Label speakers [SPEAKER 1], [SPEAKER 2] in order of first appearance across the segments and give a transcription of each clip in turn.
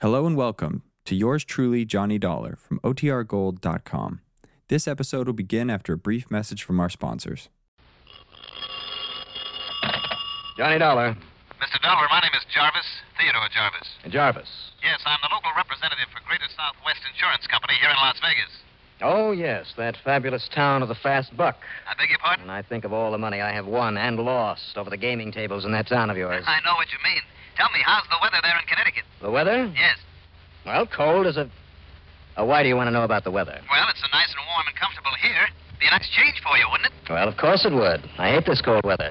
[SPEAKER 1] Hello and welcome to yours truly, Johnny Dollar from OTRGold.com. This episode will begin after a brief message from our sponsors.
[SPEAKER 2] Johnny Dollar.
[SPEAKER 3] Mr. Dollar, my name is Jarvis, Theodore Jarvis.
[SPEAKER 2] Jarvis.
[SPEAKER 3] Yes, I'm the local representative for Greater Southwest Insurance Company here in Las Vegas.
[SPEAKER 2] Oh, yes, that fabulous town of the fast buck.
[SPEAKER 3] I beg your pardon?
[SPEAKER 2] And I think of all the money I have won and lost over the gaming tables in that town of yours.
[SPEAKER 3] I know what you mean. Tell me, how's the weather there in Connecticut?
[SPEAKER 2] The weather?
[SPEAKER 3] Yes.
[SPEAKER 2] Well, cold is a. Uh, why do you want to know about the weather?
[SPEAKER 3] Well, it's so nice and warm and comfortable here. Be a nice change for you, wouldn't it?
[SPEAKER 2] Well, of course it would. I hate this cold weather.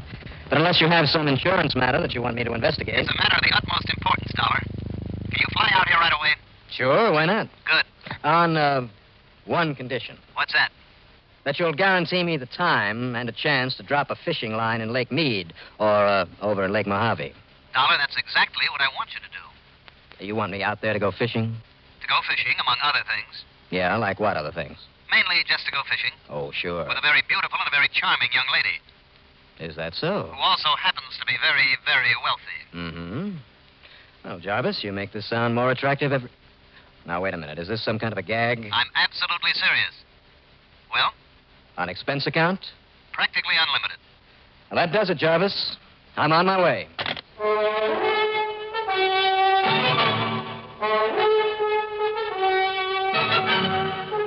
[SPEAKER 2] But unless you have some insurance matter that you want me to investigate.
[SPEAKER 3] It's a matter of the utmost importance, Dollar. Can you fly out here right away?
[SPEAKER 2] Sure, why not?
[SPEAKER 3] Good.
[SPEAKER 2] On uh, one condition
[SPEAKER 3] What's that?
[SPEAKER 2] that you'll guarantee me the time and a chance to drop a fishing line in Lake Mead or uh, over in Lake Mojave.
[SPEAKER 3] Dollar, that's exactly what I want you to do.
[SPEAKER 2] You want me out there to go fishing?
[SPEAKER 3] To go fishing, among other things.
[SPEAKER 2] Yeah, like what other things?
[SPEAKER 3] Mainly just to go fishing
[SPEAKER 2] Oh, sure.
[SPEAKER 3] with a very beautiful and a very charming young lady
[SPEAKER 2] Is that so?
[SPEAKER 3] who also happens to be very, very wealthy.
[SPEAKER 2] Mm-hmm. Well, Jarvis, you make this sound more attractive every. Now, wait a minute. Is this some kind of a gag?
[SPEAKER 3] I'm absolutely serious. Well,
[SPEAKER 2] On expense account?
[SPEAKER 3] practically unlimited.
[SPEAKER 2] Well, that does it, Jarvis. I'm on my way.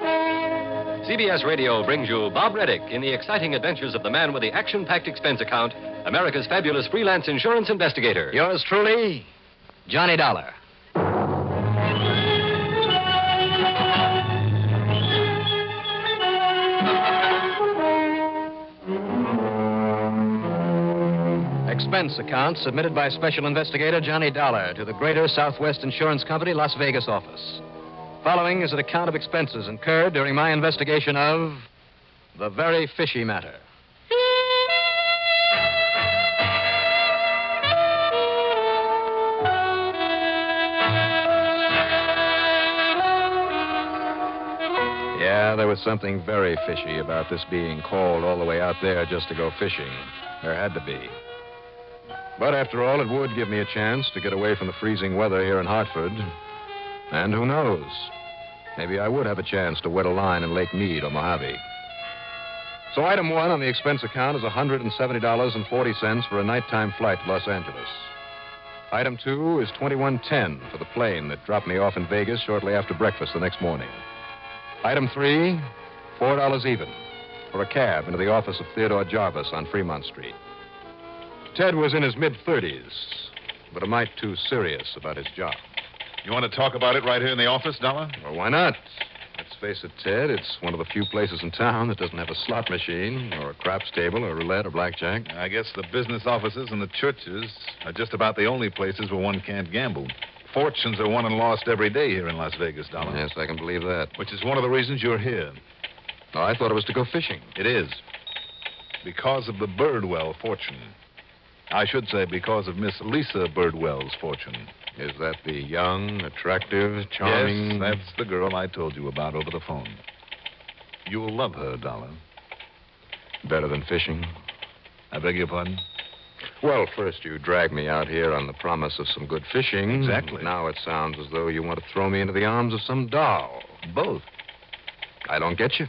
[SPEAKER 4] CBS Radio brings you Bob Reddick in the exciting adventures of the man with the action packed expense account, America's fabulous freelance insurance investigator.
[SPEAKER 2] Yours truly, Johnny Dollar. Expense account submitted by Special Investigator Johnny Dollar to the Greater Southwest Insurance Company, Las Vegas office. Following is an account of expenses incurred during my investigation of the very fishy matter.
[SPEAKER 5] Yeah, there was something very fishy about this being called all the way out there just to go fishing. There had to be. But after all, it would give me a chance to get away from the freezing weather here in Hartford. And who knows? Maybe I would have a chance to wet a line in Lake Mead or Mojave. So, item one on the expense account is $170.40 for a nighttime flight to Los Angeles. Item two is 2110 for the plane that dropped me off in Vegas shortly after breakfast the next morning. Item three, four dollars even for a cab into the office of Theodore Jarvis on Fremont Street. Ted was in his mid thirties, but a mite too serious about his job.
[SPEAKER 6] You want to talk about it right here in the office, Dollar?
[SPEAKER 5] Well, why not? Let's face it, Ted, it's one of the few places in town that doesn't have a slot machine or a craps table or roulette or blackjack.
[SPEAKER 6] I guess the business offices and the churches are just about the only places where one can't gamble. Fortunes are won and lost every day here in Las Vegas, Dollar.
[SPEAKER 5] Yes, I can believe that.
[SPEAKER 6] Which is one of the reasons you're here.
[SPEAKER 5] Oh, I thought it was to go fishing.
[SPEAKER 6] It is. Because of the Birdwell fortune. I should say because of Miss Lisa Birdwell's fortune.
[SPEAKER 5] Is that the young, attractive, charming?
[SPEAKER 6] Yes, that's the girl I told you about over the phone. You'll love her, Dollar.
[SPEAKER 5] better than fishing.
[SPEAKER 6] I beg your pardon?
[SPEAKER 5] Well, first you dragged me out here on the promise of some good fishing.
[SPEAKER 6] Exactly.
[SPEAKER 5] Now it sounds as though you want to throw me into the arms of some doll.
[SPEAKER 6] Both.
[SPEAKER 5] I don't get you.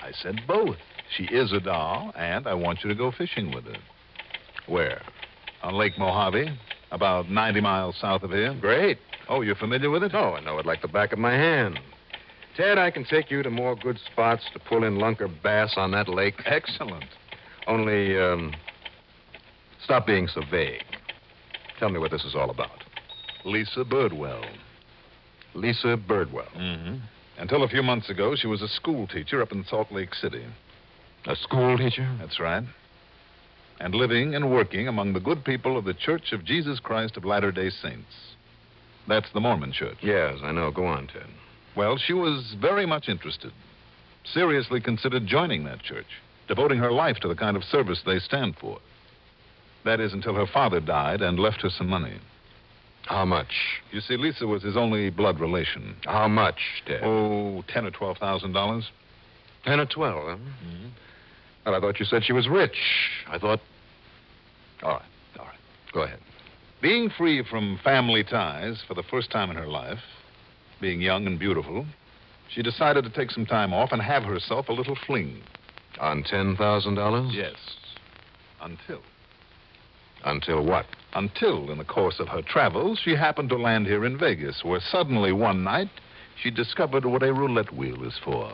[SPEAKER 6] I said both. She is a doll, and I want you to go fishing with her.
[SPEAKER 5] Where?
[SPEAKER 6] on Lake Mojave, about 90 miles south of here.
[SPEAKER 5] Great.
[SPEAKER 6] Oh, you're familiar with it?
[SPEAKER 5] Oh, I know it like the back of my hand. Ted, I can take you to more good spots to pull in lunker bass on that lake.
[SPEAKER 6] Excellent.
[SPEAKER 5] Only, um, stop being so vague. Tell me what this is all about.
[SPEAKER 6] Lisa Birdwell.
[SPEAKER 5] Lisa Birdwell,
[SPEAKER 6] Mm-hmm. Until a few months ago, she was a school teacher up in Salt Lake City.
[SPEAKER 5] a school teacher.
[SPEAKER 6] That's right. And living and working among the good people of the Church of Jesus Christ of Latter day Saints. That's the Mormon Church.
[SPEAKER 5] Yes, I know. Go on, Ted.
[SPEAKER 6] Well, she was very much interested. Seriously considered joining that church, devoting her life to the kind of service they stand for. That is, until her father died and left her some money.
[SPEAKER 5] How much?
[SPEAKER 6] You see, Lisa was his only blood relation.
[SPEAKER 5] How much, Ted?
[SPEAKER 6] Oh, ten or twelve thousand dollars.
[SPEAKER 5] Ten or twelve, huh?
[SPEAKER 6] Mm-hmm.
[SPEAKER 5] Well, I thought you said she was rich. I thought. All right, all right. Go ahead.
[SPEAKER 6] Being free from family ties for the first time in her life, being young and beautiful, she decided to take some time off and have herself a little fling.
[SPEAKER 5] On $10,000?
[SPEAKER 6] Yes. Until.
[SPEAKER 5] Until what?
[SPEAKER 6] Until, in the course of her travels, she happened to land here in Vegas, where suddenly one night she discovered what a roulette wheel is for.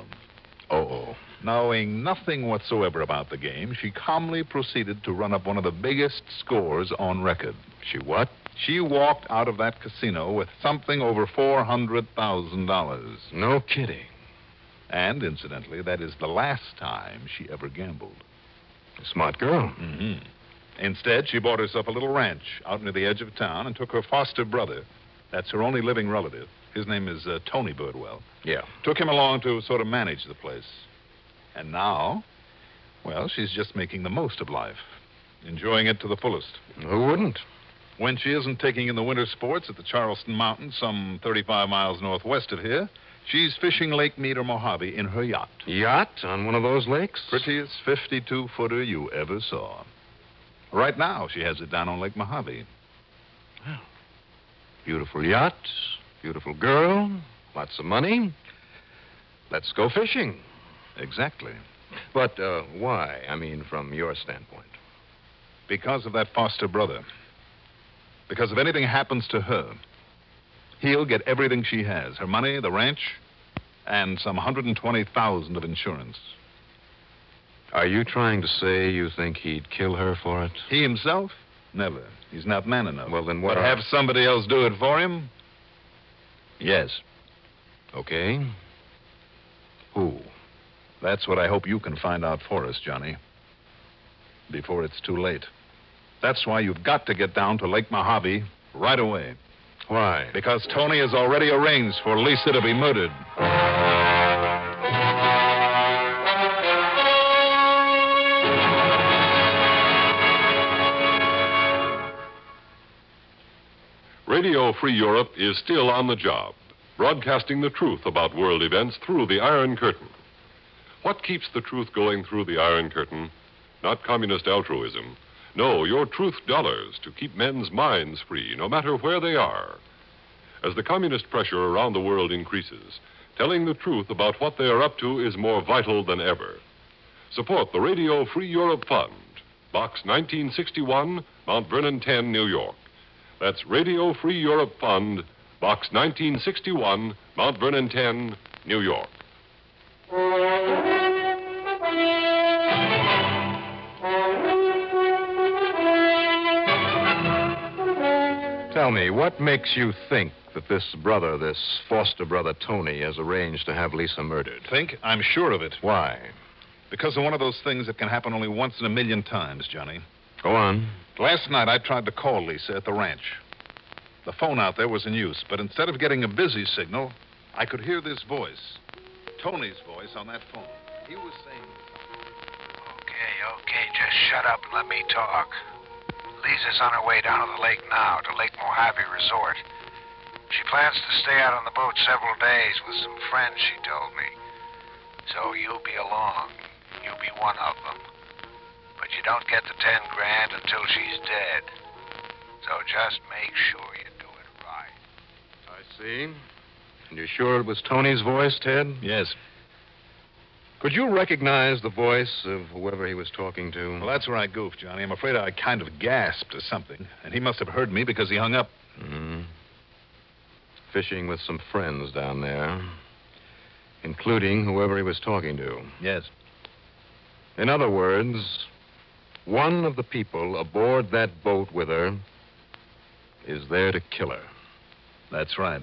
[SPEAKER 5] Oh, oh.
[SPEAKER 6] Knowing nothing whatsoever about the game, she calmly proceeded to run up one of the biggest scores on record.
[SPEAKER 5] She what?
[SPEAKER 6] She walked out of that casino with something over $400,000.
[SPEAKER 5] No kidding.
[SPEAKER 6] And, incidentally, that is the last time she ever gambled.
[SPEAKER 5] Smart girl.
[SPEAKER 6] Mm-hmm. Instead, she bought herself a little ranch out near the edge of town and took her foster brother. That's her only living relative. His name is uh, Tony Birdwell.
[SPEAKER 5] Yeah.
[SPEAKER 6] Took him along to sort of manage the place. And now, well, she's just making the most of life, enjoying it to the fullest.
[SPEAKER 5] Who wouldn't?
[SPEAKER 6] When she isn't taking in the winter sports at the Charleston Mountains, some 35 miles northwest of here, she's fishing Lake Mead or Mojave in her yacht.
[SPEAKER 5] Yacht on one of those lakes?
[SPEAKER 6] Prettiest 52 footer you ever saw. Right now, she has it down on Lake Mojave.
[SPEAKER 5] Beautiful yacht, beautiful girl, lots of money. Let's go fishing.
[SPEAKER 6] Exactly.
[SPEAKER 5] But uh, why? I mean, from your standpoint.
[SPEAKER 6] Because of that foster brother. Because if anything happens to her, he'll get everything she has her money, the ranch, and some 120000 of insurance.
[SPEAKER 5] Are you trying to say you think he'd kill her for it?
[SPEAKER 6] He himself? Never. He's not man enough.
[SPEAKER 5] Well, then what
[SPEAKER 6] But
[SPEAKER 5] are-
[SPEAKER 6] have somebody else do it for him? Yes.
[SPEAKER 5] Okay.
[SPEAKER 6] Who? That's what I hope you can find out for us, Johnny. Before it's too late. That's why you've got to get down to Lake Mojave right away.
[SPEAKER 5] Why?
[SPEAKER 6] Because Tony has already arranged for Lisa to be murdered.
[SPEAKER 7] Radio Free Europe is still on the job, broadcasting the truth about world events through the Iron Curtain. What keeps the truth going through the Iron Curtain? Not communist altruism. No, your truth dollars to keep men's minds free, no matter where they are. As the communist pressure around the world increases, telling the truth about what they are up to is more vital than ever. Support the Radio Free Europe Fund, Box 1961, Mount Vernon 10, New York. That's Radio Free Europe Fund, Box 1961, Mount Vernon 10, New York.
[SPEAKER 5] Tell me, what makes you think that this brother, this foster brother Tony, has arranged to have Lisa murdered?
[SPEAKER 6] Think? I'm sure of it.
[SPEAKER 5] Why?
[SPEAKER 6] Because of one of those things that can happen only once in a million times, Johnny.
[SPEAKER 5] Go on.
[SPEAKER 6] Last night I tried to call Lisa at the ranch. The phone out there was in use, but instead of getting a busy signal, I could hear this voice. Tony's voice on that phone. He was saying.
[SPEAKER 8] Okay, okay, just shut up and let me talk. Lisa's on her way down to the lake now, to Lake Mojave Resort. She plans to stay out on the boat several days with some friends, she told me. So you'll be along. You'll be one of them. But you don't get the ten grand until she's dead. So just make sure you do it right.
[SPEAKER 5] I see. And you're sure it was Tony's voice, Ted?
[SPEAKER 6] Yes.
[SPEAKER 5] Could you recognize the voice of whoever he was talking to?
[SPEAKER 6] Well, that's where I goofed, Johnny. I'm afraid I kind of gasped or something, and he must have heard me because he hung up.
[SPEAKER 5] Mhm. Fishing with some friends down there, including whoever he was talking to.
[SPEAKER 6] Yes.
[SPEAKER 5] In other words, one of the people aboard that boat with her is there to kill her.
[SPEAKER 6] That's right.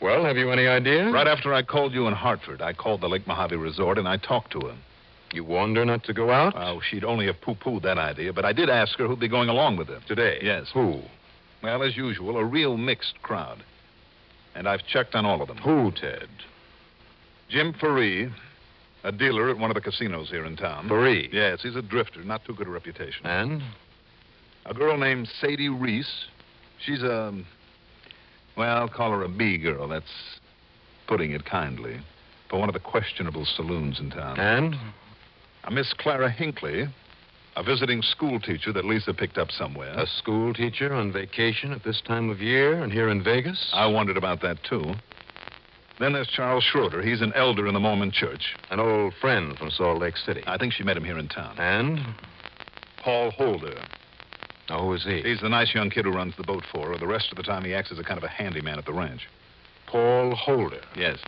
[SPEAKER 5] Well, have you any idea?
[SPEAKER 6] Right after I called you in Hartford, I called the Lake Mojave Resort and I talked to her.
[SPEAKER 5] You warned her not to go out?
[SPEAKER 6] Oh, she'd only have poo pooed that idea, but I did ask her who'd be going along with her.
[SPEAKER 5] Today?
[SPEAKER 6] Yes.
[SPEAKER 5] Who?
[SPEAKER 6] Well, as usual, a real mixed crowd. And I've checked on all of them.
[SPEAKER 5] Who, Ted?
[SPEAKER 6] Jim Faree, a dealer at one of the casinos here in town.
[SPEAKER 5] Marie.
[SPEAKER 6] Yes, he's a drifter, not too good a reputation.
[SPEAKER 5] And?
[SPEAKER 6] A girl named Sadie Reese. She's a. Well, call her a B girl. That's putting it kindly. For one of the questionable saloons in town.
[SPEAKER 5] And?
[SPEAKER 6] A Miss Clara Hinckley, A visiting school teacher that Lisa picked up somewhere.
[SPEAKER 5] A school teacher on vacation at this time of year and here in Vegas?
[SPEAKER 6] I wondered about that, too. Then there's Charles Schroeder. He's an elder in the Mormon church.
[SPEAKER 5] An old friend from Salt Lake City. Uh,
[SPEAKER 6] I think she met him here in town.
[SPEAKER 5] And?
[SPEAKER 6] Paul Holder.
[SPEAKER 5] Now, who is he?
[SPEAKER 6] He's the nice young kid who runs the boat for her. The rest of the time, he acts as a kind of a handyman at the ranch.
[SPEAKER 5] Paul Holder.
[SPEAKER 6] Yes.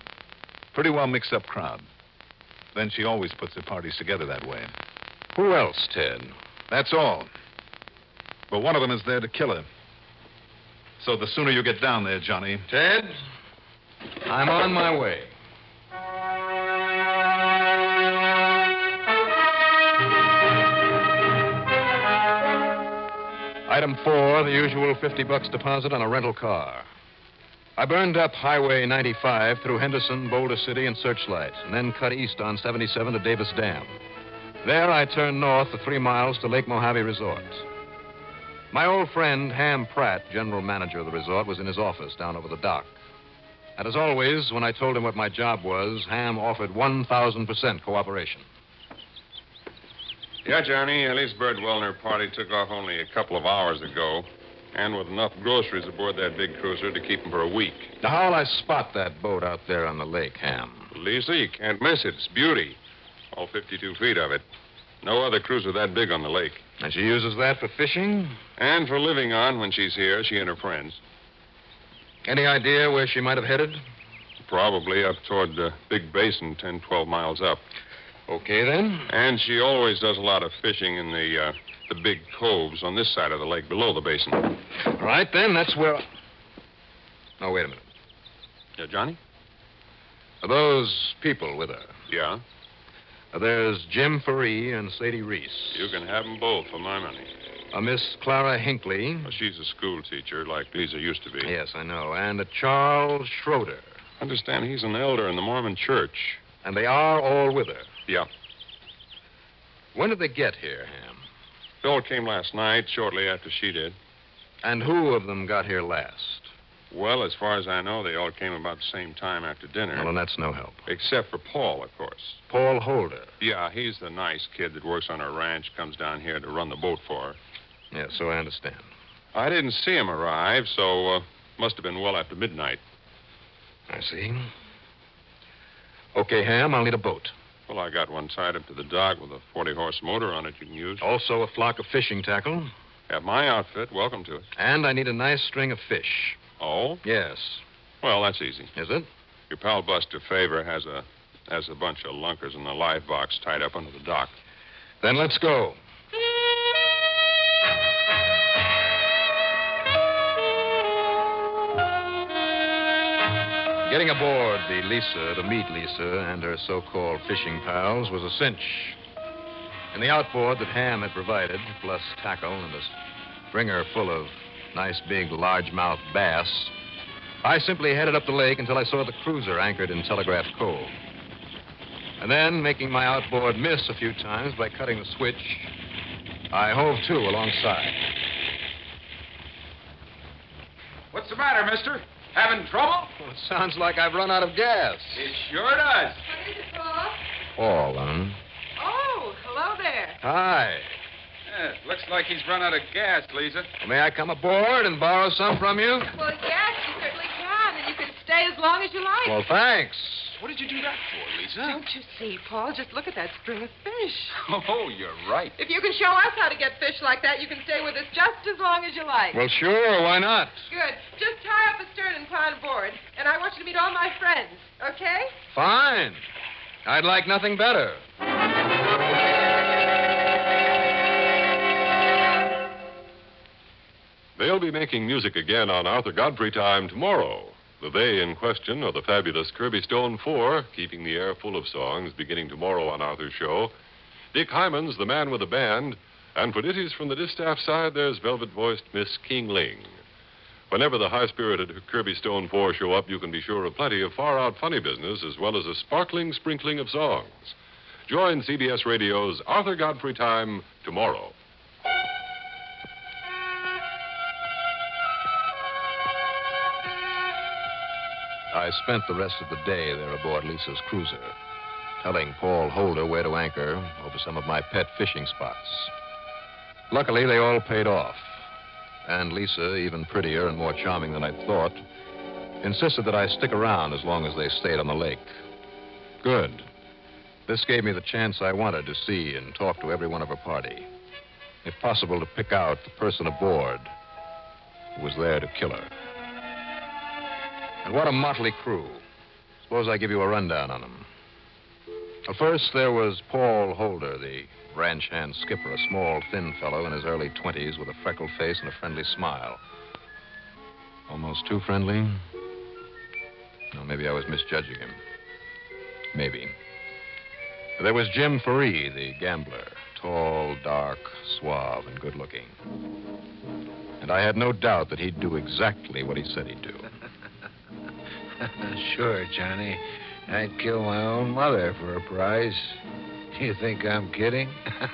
[SPEAKER 6] Pretty well mixed up crowd. Then she always puts her parties together that way.
[SPEAKER 5] Who else, Ted?
[SPEAKER 6] That's all. But one of them is there to kill her. So the sooner you get down there, Johnny.
[SPEAKER 5] Ted, I'm on my way. Item four, the usual 50 bucks deposit on a rental car. I burned up Highway 95 through Henderson, Boulder City, and Searchlight, and then cut east on 77 to Davis Dam. There I turned north for three miles to Lake Mojave Resort. My old friend, Ham Pratt, general manager of the resort, was in his office down over the dock. And as always, when I told him what my job was, Ham offered 1,000% cooperation.
[SPEAKER 9] Yeah, Johnny, Elise Bird Wellner party took off only a couple of hours ago, and with enough groceries aboard that big cruiser to keep them for a week.
[SPEAKER 5] Now, how'll I spot that boat out there on the lake, Ham?
[SPEAKER 9] Lisa, you can't miss it. It's beauty. All 52 feet of it. No other cruiser that big on the lake.
[SPEAKER 5] And she uses that for fishing?
[SPEAKER 9] And for living on when she's here, she and her friends.
[SPEAKER 5] Any idea where she might have headed?
[SPEAKER 9] Probably up toward the Big Basin, 10, 12 miles up.
[SPEAKER 5] Okay, then.
[SPEAKER 9] And she always does a lot of fishing in the, uh, the big coves on this side of the lake below the basin.
[SPEAKER 5] All right, then, that's where. I- No, wait a minute.
[SPEAKER 9] Yeah, Johnny?
[SPEAKER 5] Are those people with her?
[SPEAKER 9] Yeah.
[SPEAKER 5] There's Jim Faree and Sadie Reese.
[SPEAKER 9] You can have 'em both for my money.
[SPEAKER 5] A Miss Clara Hinckley.
[SPEAKER 9] Well, she's a school teacher, like Lisa used to be.
[SPEAKER 5] Yes, I know. And a Charles Schroeder.
[SPEAKER 9] Understand, he's an elder in the Mormon church.
[SPEAKER 5] And they are all with her.
[SPEAKER 9] Yeah.
[SPEAKER 5] When did they get here, Ham?
[SPEAKER 9] Bill came last night, shortly after she did.
[SPEAKER 5] And who of them got here last?
[SPEAKER 9] Well, as far as I know, they all came about the same time after dinner.
[SPEAKER 5] Well, and that's no help.
[SPEAKER 9] Except for Paul, of course.
[SPEAKER 5] Paul Holder.
[SPEAKER 9] Yeah, he's the nice kid that works on her ranch, comes down here to run the boat for her.
[SPEAKER 5] Yeah, so I understand.
[SPEAKER 9] I didn't see him arrive, so uh, must have been well after midnight.
[SPEAKER 5] I see. Okay, Ham, I'll need a boat.
[SPEAKER 9] Well, I got one tied up to the dock with a 40 horse motor on it you can use.
[SPEAKER 6] Oh.
[SPEAKER 5] Also, a flock of fishing tackle.
[SPEAKER 9] Have my outfit. Welcome to it.
[SPEAKER 5] And I need a nice string of fish.
[SPEAKER 9] Oh?
[SPEAKER 5] Yes.
[SPEAKER 9] Well, that's easy.
[SPEAKER 5] Is it?
[SPEAKER 9] Your pal Buster Favor has a has a bunch of lunkers in the live box tied up under the dock.
[SPEAKER 5] Then let's go. Getting aboard the Lisa to meet Lisa and her so called fishing pals was a cinch. In the outboard that Ham had provided, plus tackle and a stringer full of nice big largemouth bass, I simply headed up the lake until I saw the cruiser anchored in Telegraph Cove. And then, making my outboard miss a few times by cutting the switch, I hove to alongside.
[SPEAKER 10] What's the matter, mister? Having trouble?
[SPEAKER 5] Well, it sounds like I've run out of gas.
[SPEAKER 10] It sure does.
[SPEAKER 11] What is it, Paul?
[SPEAKER 5] All, huh?
[SPEAKER 11] Oh, hello there.
[SPEAKER 5] Hi.
[SPEAKER 10] Yeah, looks like he's run out of gas, Lisa.
[SPEAKER 5] May I come aboard and borrow some from you?
[SPEAKER 11] Well, yes, you certainly can, and you can stay as long as you like.
[SPEAKER 5] Well, thanks.
[SPEAKER 10] What did you do that for, Lisa?
[SPEAKER 11] Don't you see, Paul? Just look at that string of fish.
[SPEAKER 10] Oh, you're right.
[SPEAKER 11] If you can show us how to get fish like that, you can stay with us just as long as you like.
[SPEAKER 5] Well, sure, why not?
[SPEAKER 11] Good. Just tie up astern and pile aboard, and I want you to meet all my friends, okay?
[SPEAKER 5] Fine. I'd like nothing better.
[SPEAKER 7] They'll be making music again on Arthur Godfrey time tomorrow. The they in question are the fabulous Kirby Stone Four, keeping the air full of songs beginning tomorrow on Arthur's show. Dick Hyman's The Man with a Band, and for ditties from the distaff side, there's velvet voiced Miss King Ling. Whenever the high spirited Kirby Stone Four show up, you can be sure of plenty of far out funny business as well as a sparkling sprinkling of songs. Join CBS Radio's Arthur Godfrey time tomorrow.
[SPEAKER 5] I spent the rest of the day there aboard Lisa's cruiser, telling Paul Holder where to anchor over some of my pet fishing spots. Luckily, they all paid off. And Lisa, even prettier and more charming than I thought, insisted that I stick around as long as they stayed on the lake. Good. This gave me the chance I wanted to see and talk to everyone of her party. If possible, to pick out the person aboard who was there to kill her. And what a motley crew. Suppose I give you a rundown on them. Well, first, there was Paul Holder, the ranch hand skipper, a small, thin fellow in his early 20s with a freckled face and a friendly smile. Almost too friendly? No, maybe I was misjudging him. Maybe. There was Jim Faree, the gambler, tall, dark, suave, and good looking. And I had no doubt that he'd do exactly what he said he'd do.
[SPEAKER 8] sure, Johnny. I'd kill my own mother for a prize. You think I'm kidding?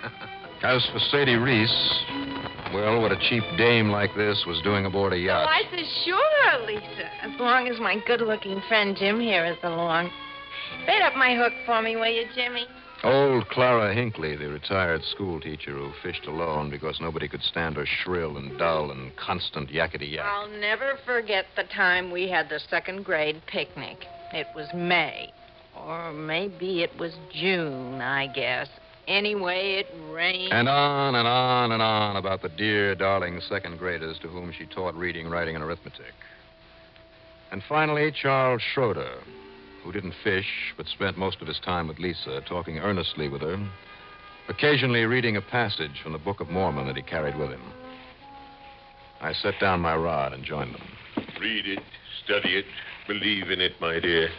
[SPEAKER 5] As for Sadie Reese, well, what a cheap dame like this was doing aboard a
[SPEAKER 12] Oh,
[SPEAKER 5] yacht.
[SPEAKER 12] I said, sure, Lisa, as long as my good looking friend Jim here is along. Bait up my hook for me, will you, Jimmy?
[SPEAKER 5] Old Clara Hinckley, the retired schoolteacher who fished alone because nobody could stand her shrill and dull and constant yakety yak.
[SPEAKER 12] I'll never forget the time we had the second grade picnic. It was May, or maybe it was June, I guess. Anyway, it rained.
[SPEAKER 5] And on and on and on about the dear, darling second graders to whom she taught reading, writing, and arithmetic. And finally, Charles Schroeder, who didn't fish but spent most of his time with Lisa, talking earnestly with her, occasionally reading a passage from the Book of Mormon that he carried with him. I set down my rod and joined them.
[SPEAKER 7] Read it, study it, believe in it, my dear.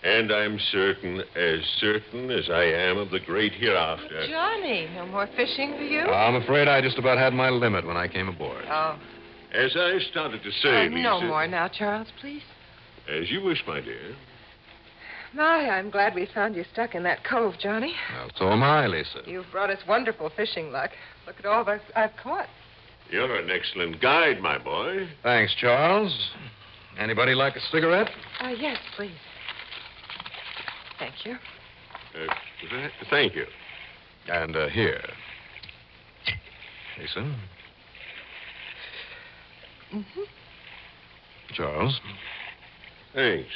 [SPEAKER 7] And I'm certain, as certain as I am of the great hereafter.
[SPEAKER 11] Johnny, no more fishing for you?
[SPEAKER 5] Uh, I'm afraid I just about had my limit when I came aboard.
[SPEAKER 11] Oh,
[SPEAKER 7] As I started to say,
[SPEAKER 11] oh, no
[SPEAKER 7] Lisa-
[SPEAKER 11] more now, Charles, please.
[SPEAKER 7] As you wish, my dear.
[SPEAKER 11] My, I'm glad we found you stuck in that cove, Johnny.
[SPEAKER 5] Well, so am I, Lisa.
[SPEAKER 11] You've brought us wonderful fishing luck. Look at all I've, I've caught.
[SPEAKER 7] You're an excellent guide, my boy.
[SPEAKER 5] Thanks, Charles. Anybody like a cigarette?
[SPEAKER 11] Uh, yes, please. Thank you.
[SPEAKER 7] Uh, th- thank you.
[SPEAKER 5] And uh, here. Lisa,
[SPEAKER 11] Mm-hmm.
[SPEAKER 5] Charles.
[SPEAKER 7] Thanks.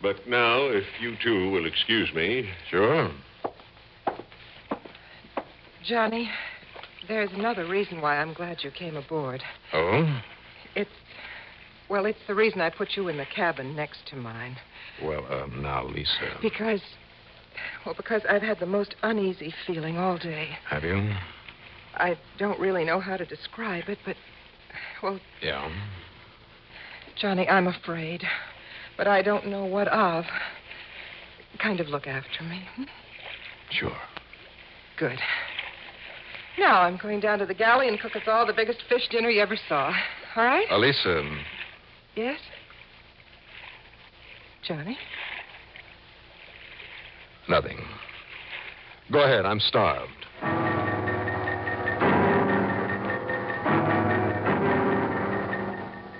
[SPEAKER 7] But now, if you two will excuse me.
[SPEAKER 5] Sure.
[SPEAKER 11] Johnny, there's another reason why I'm glad you came aboard.
[SPEAKER 5] Oh?
[SPEAKER 11] It's. Well, it's the reason I put you in the cabin next to mine.
[SPEAKER 5] Well, um, now, Lisa.
[SPEAKER 11] Because. Well, because I've had the most uneasy feeling all day.
[SPEAKER 5] Have you?
[SPEAKER 11] I don't really know how to describe it, but. Well,
[SPEAKER 5] Yeah.
[SPEAKER 11] Johnny, I'm afraid. But I don't know what of. Kind of look after me. hmm?
[SPEAKER 5] Sure.
[SPEAKER 11] Good. Now I'm going down to the galley and cook us all the biggest fish dinner you ever saw. All right?
[SPEAKER 5] Uh, Lisa,
[SPEAKER 11] Yes? Johnny?
[SPEAKER 5] nothing. Go ahead, I'm starved.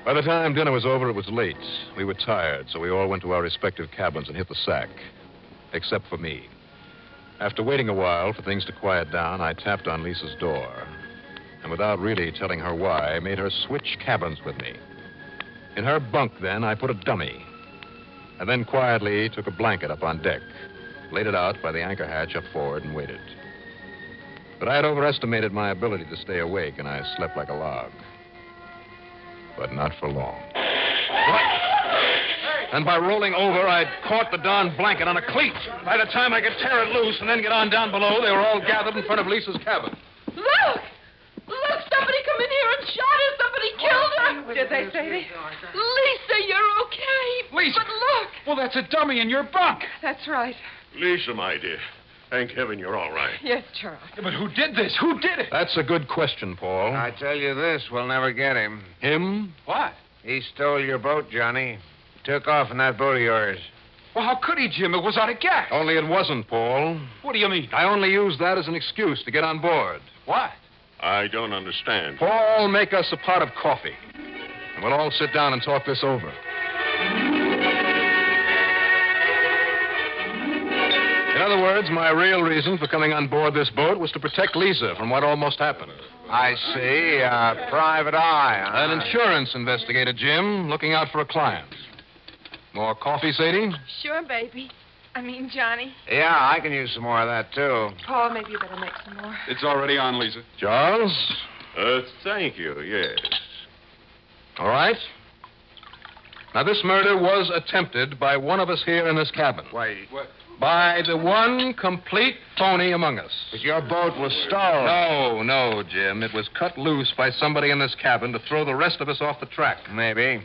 [SPEAKER 5] By the time dinner was over, it was late. We were tired, so we all went to our respective cabins and hit the sack, except for me. After waiting a while for things to quiet down, I tapped on Lisa's door, and without really telling her why, made her switch cabins with me. In her bunk, then, I put a dummy, and then quietly took a blanket up on deck, laid it out by the anchor hatch up forward, and waited. But I had overestimated my ability to stay awake, and I slept like a log. But not for long. And by rolling over, I'd caught the darn blanket on a cleat. By the time I could tear it loose and then get on down below, they were all gathered in front of Lisa's cabin.
[SPEAKER 13] Look! Look, somebody come in here and shot her. Somebody killed her. Did they, Sadie? Lisa, you're okay.
[SPEAKER 10] Lisa! But look! Well, that's a dummy in your bunk.
[SPEAKER 11] That's right.
[SPEAKER 7] Lisa, my dear. Thank heaven you're all right.
[SPEAKER 11] Yes, Charles.
[SPEAKER 10] but who did this? Who did it?
[SPEAKER 5] That's a good question, Paul.
[SPEAKER 8] I tell you this, we'll never get him.
[SPEAKER 5] Him?
[SPEAKER 10] What?
[SPEAKER 8] He stole your boat, Johnny. Took off in that boat of yours.
[SPEAKER 10] Well, how could he, Jim? It was out of gas.
[SPEAKER 5] Only it wasn't, Paul.
[SPEAKER 10] What do you mean?
[SPEAKER 5] I only used that as an excuse to get on board.
[SPEAKER 10] What?
[SPEAKER 7] I don't understand.
[SPEAKER 5] Paul, make us a pot of coffee. And we'll all sit down and talk this over. You other words, my real reason for coming on board this boat was to protect Lisa from what almost happened. I see. A private eye. An insurance investigator, Jim, looking out for a client. More coffee, Sadie?
[SPEAKER 11] Sure, baby. I mean, Johnny.
[SPEAKER 8] Yeah, I can use some more of that, too.
[SPEAKER 11] Paul, maybe you better make some more.
[SPEAKER 9] It's already on, Lisa.
[SPEAKER 5] Charles?
[SPEAKER 9] Uh, thank you, yes.
[SPEAKER 5] All right. Now, this murder was attempted by one of us here in this cabin. Wait.
[SPEAKER 9] What?
[SPEAKER 5] By the one complete phony among us. But your boat was stolen. No, no, Jim. It was cut loose by somebody in this cabin to throw the rest of us off the track. Maybe.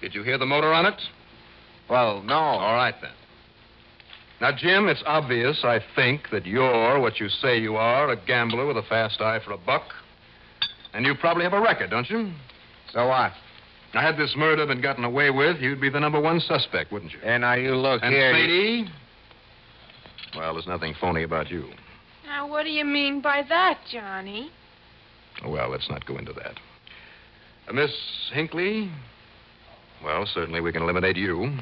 [SPEAKER 5] Did you hear the motor on it? Well, no. All right, then. Now, Jim, it's obvious, I think, that you're what you say you are a gambler with a fast eye for a buck. And you probably have a record, don't you? So what? Now, had this murder been gotten away with, you'd be the number one suspect, wouldn't you? And now you look and
[SPEAKER 8] here, you-
[SPEAKER 5] Sadie? Well, there's nothing phony about you.
[SPEAKER 13] Now, what do you mean by that, Johnny?
[SPEAKER 5] Well, let's not go into that. Uh, Miss Hinckley? Well, certainly we can eliminate you.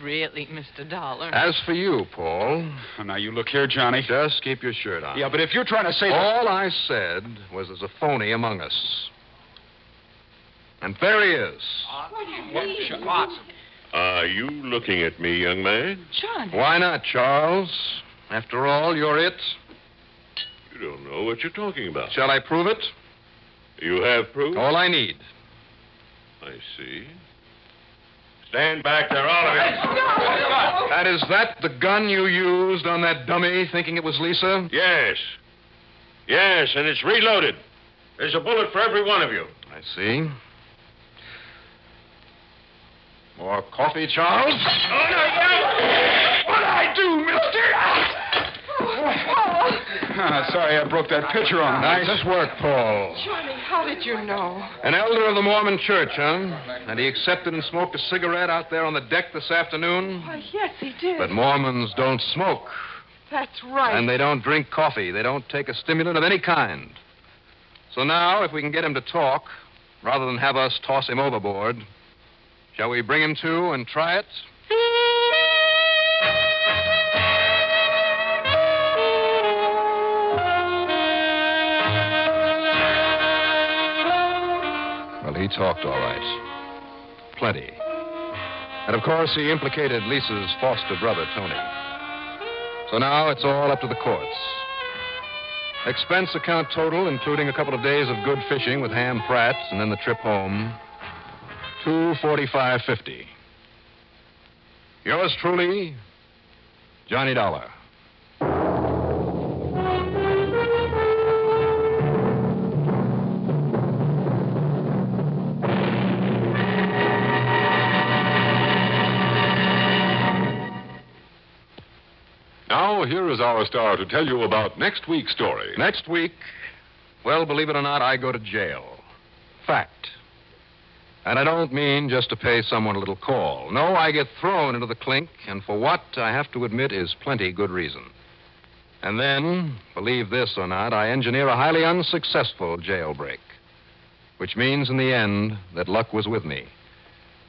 [SPEAKER 12] Really, Mr. Dollar?
[SPEAKER 5] As for you, Paul.
[SPEAKER 10] Now, you look here, Johnny.
[SPEAKER 5] Just keep your shirt on.
[SPEAKER 10] Yeah, but if you're trying to say that-
[SPEAKER 5] All I said was there's a phony among us. And there he is.
[SPEAKER 13] What do you
[SPEAKER 10] What-
[SPEAKER 13] mean?
[SPEAKER 10] Lots
[SPEAKER 7] Are you looking at me, young man?
[SPEAKER 13] Johnny.
[SPEAKER 5] Why not, Charles? After all, you're it.
[SPEAKER 7] You don't know what you're talking about.
[SPEAKER 5] Shall I prove it?
[SPEAKER 7] You have proof?
[SPEAKER 5] All I need.
[SPEAKER 7] I see. Stand back there, all of you.
[SPEAKER 5] That is that the gun you used on that dummy thinking it was Lisa?
[SPEAKER 7] Yes. Yes, and it's reloaded. There's a bullet for every one of you.
[SPEAKER 5] I see. More coffee, Charles?
[SPEAKER 13] What I do, Mister?
[SPEAKER 5] Ah, sorry I broke that pitcher on. Nice work, Paul.
[SPEAKER 11] Johnny, how did you know?
[SPEAKER 5] An elder of the Mormon church, huh? And he accepted and smoked a cigarette out there on the deck this afternoon?
[SPEAKER 11] Why, yes, he did.
[SPEAKER 5] But Mormons don't smoke,
[SPEAKER 11] That's right.
[SPEAKER 5] and they don't drink coffee. They don't take a stimulant of any kind. So now, if we can get him to talk, rather than have us toss him overboard, shall we bring him to and try it? Well, he talked all right. Plenty. And of course, he implicated Lisa's foster brother, Tony. So now it's all up to the courts. Expense account total, including a couple of days of good fishing with Ham Pratt and then the trip home, two forty-five fifty. Yours truly, Johnny Dollar.
[SPEAKER 7] Now, here is our star to tell you about next week's story.
[SPEAKER 5] Next week, well, believe it or not, I go to jail. Fact. And I don't mean just to pay someone a little call. No, I get thrown into the clink, and for what I have to admit is plenty good reason. And then, believe this or not, I engineer a highly unsuccessful jailbreak. Which means, in the end, that luck was with me.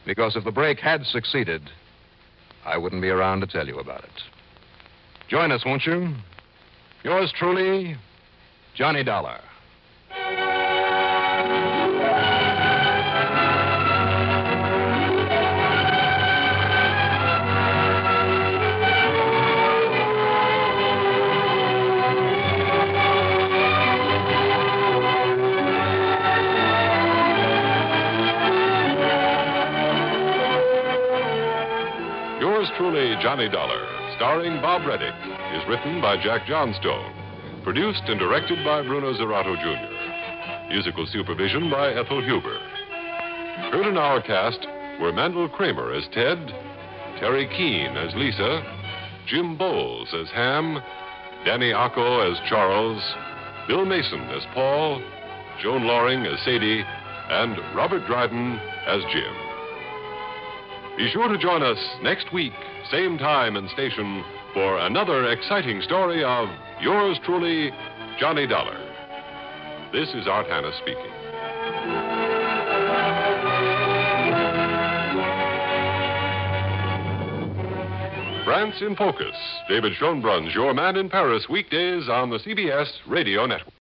[SPEAKER 5] Because if the break had succeeded, I wouldn't be around to tell you about it. Join us, won't you? Yours truly, Johnny Dollar.
[SPEAKER 7] Yours truly, Johnny Dollar, starring Bob Reddick, is written by Jack Johnstone, produced and directed by Bruno Zerato Jr., musical supervision by Ethel Huber. Heard in our cast were Mandel Kramer as Ted, Terry Keane as Lisa, Jim Bowles as Ham, Danny Acco as Charles, Bill Mason as Paul, Joan Loring as Sadie, and Robert Dryden as Jim. Be sure to join us next week, same time and station, for another exciting story of yours truly, Johnny Dollar. This is Art Hanna speaking.
[SPEAKER 5] France in Focus. David Schoenbrun's Your Man in Paris, weekdays on the CBS Radio Network.